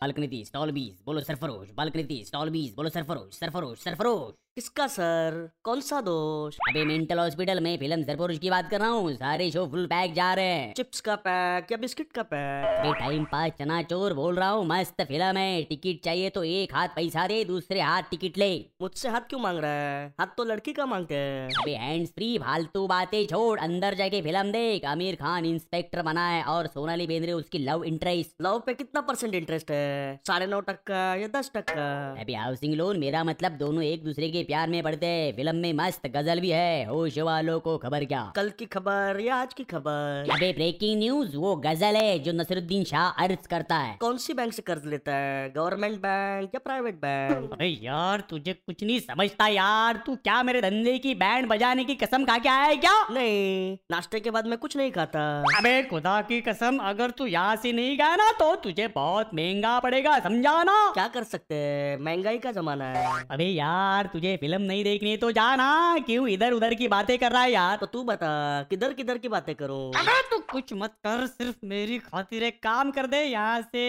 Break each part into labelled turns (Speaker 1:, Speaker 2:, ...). Speaker 1: बालकनीति stall बीस बोलो सरफरोश बालकनीति स्टॉल बीस बोलो सरफरोश सरफरोश सरफरोश
Speaker 2: किसका सर कौन सा दोष
Speaker 1: अबे मेंटल हॉस्पिटल में फिल्म सरफरोश की बात कर रहा हूँ सारे शो फुल पैक जा रहे हैं
Speaker 2: चिप्स का पैक या बिस्किट का पैक
Speaker 1: अबे टाइम पास चना चोर बोल रहा हूँ मस्त फिल्म है टिकट चाहिए तो एक हाथ पैसा दे दूसरे हाथ टिकट ले
Speaker 2: मुझसे हाथ क्यों मांग रहा है हाथ तो लड़की का मांगते हैं
Speaker 1: अबे हैंड्स फ्री फालतू बातें छोड़ अंदर जाके फिल्म देख आमिर खान इंस्पेक्टर बना है और सोनाली बेंद्रे उसकी लव इंटरेस्ट
Speaker 2: लव पे कितना परसेंट इंटरेस्ट है साढ़े नौ टक्का या दस टक्का
Speaker 1: अभी हाउसिंग लोन मेरा मतलब दोनों एक दूसरे के प्यार में पड़ते हैं फिल्म में मस्त गजल भी है होश वालों को खबर क्या
Speaker 2: कल की खबर या आज की खबर
Speaker 1: अबे ब्रेकिंग न्यूज वो गजल है जो नसरुद्दीन शाह अर्ज करता है
Speaker 2: कौन सी बैंक से कर्ज लेता है गवर्नमेंट बैंक या प्राइवेट बैंक
Speaker 1: अरे यार तुझे कुछ नहीं समझता यार तू क्या मेरे धंधे की बैंड बजाने की कसम खा के आया है क्या
Speaker 2: नहीं नाश्ते के बाद मैं कुछ नहीं खाता
Speaker 1: अबे खुदा की कसम अगर तू यहाँ से नहीं गया ना तो तुझे बहुत महंगा पड़ेगा समझा ना
Speaker 2: क्या कर सकते हैं महंगाई का जमाना है
Speaker 1: अबे यार तुझे फिल्म नहीं देखनी है तो जा ना क्यों इधर उधर की बातें कर रहा है यार
Speaker 2: तो तू बता किधर किधर की बातें करूं
Speaker 1: अबे तू कुछ मत कर सिर्फ मेरी खातिर एक काम कर दे यहाँ से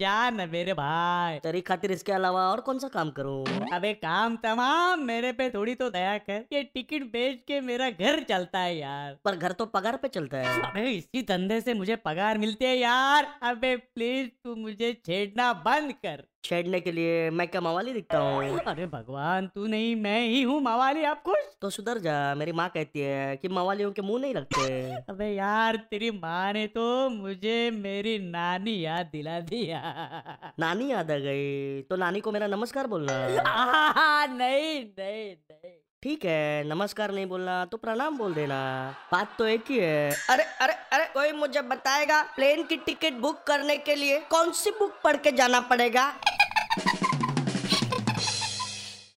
Speaker 1: जा न मेरे भाई
Speaker 2: तेरी खातिर इसके अलावा और कौन सा काम करूं
Speaker 1: अबे काम तमाम मेरे पे थोड़ी तो दया कर ये टिकट बेच के मेरा घर चलता है यार
Speaker 2: पर घर तो पगार पे चलता है
Speaker 1: अबे इसी धंधे से मुझे पगार मिलती है यार अबे प्लीज तू मुझे छेड़ना बंद कर
Speaker 2: छेड़ने के लिए मैं क्या मवाली दिखता हूँ
Speaker 1: अरे भगवान तू नहीं मैं ही हूँ मावाली आप खुश
Speaker 2: तो सुधर जा मेरी माँ कहती है कि मवालियों के मुंह नहीं लगते
Speaker 1: अबे यार तेरी माँ ने तो मुझे मेरी नानी याद दिला दिया
Speaker 2: नानी याद आ गई तो नानी को मेरा नमस्कार बोलना
Speaker 1: आहा, नहीं नहीं नहीं
Speaker 2: ठीक है नमस्कार नहीं बोलना तो प्रणाम बोल देना बात तो एक ही है अरे अरे अरे कोई मुझे बताएगा प्लेन की टिकट बुक करने के लिए कौन सी बुक पढ़ के जाना पड़ेगा